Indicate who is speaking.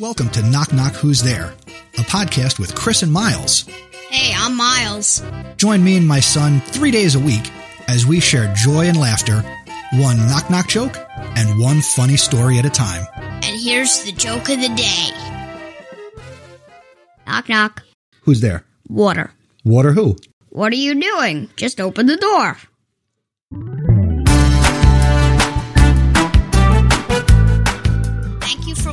Speaker 1: welcome to Knock Knock Who's There, a podcast with Chris and Miles.
Speaker 2: Hey, I'm Miles.
Speaker 1: Join me and my son three days a week as we share joy and laughter, one knock knock joke, and one funny story at a time.
Speaker 2: And here's the joke of the day. Knock knock.
Speaker 1: Who's there?
Speaker 2: Water.
Speaker 1: What or who?
Speaker 2: What are you doing? Just open the door. Thank you for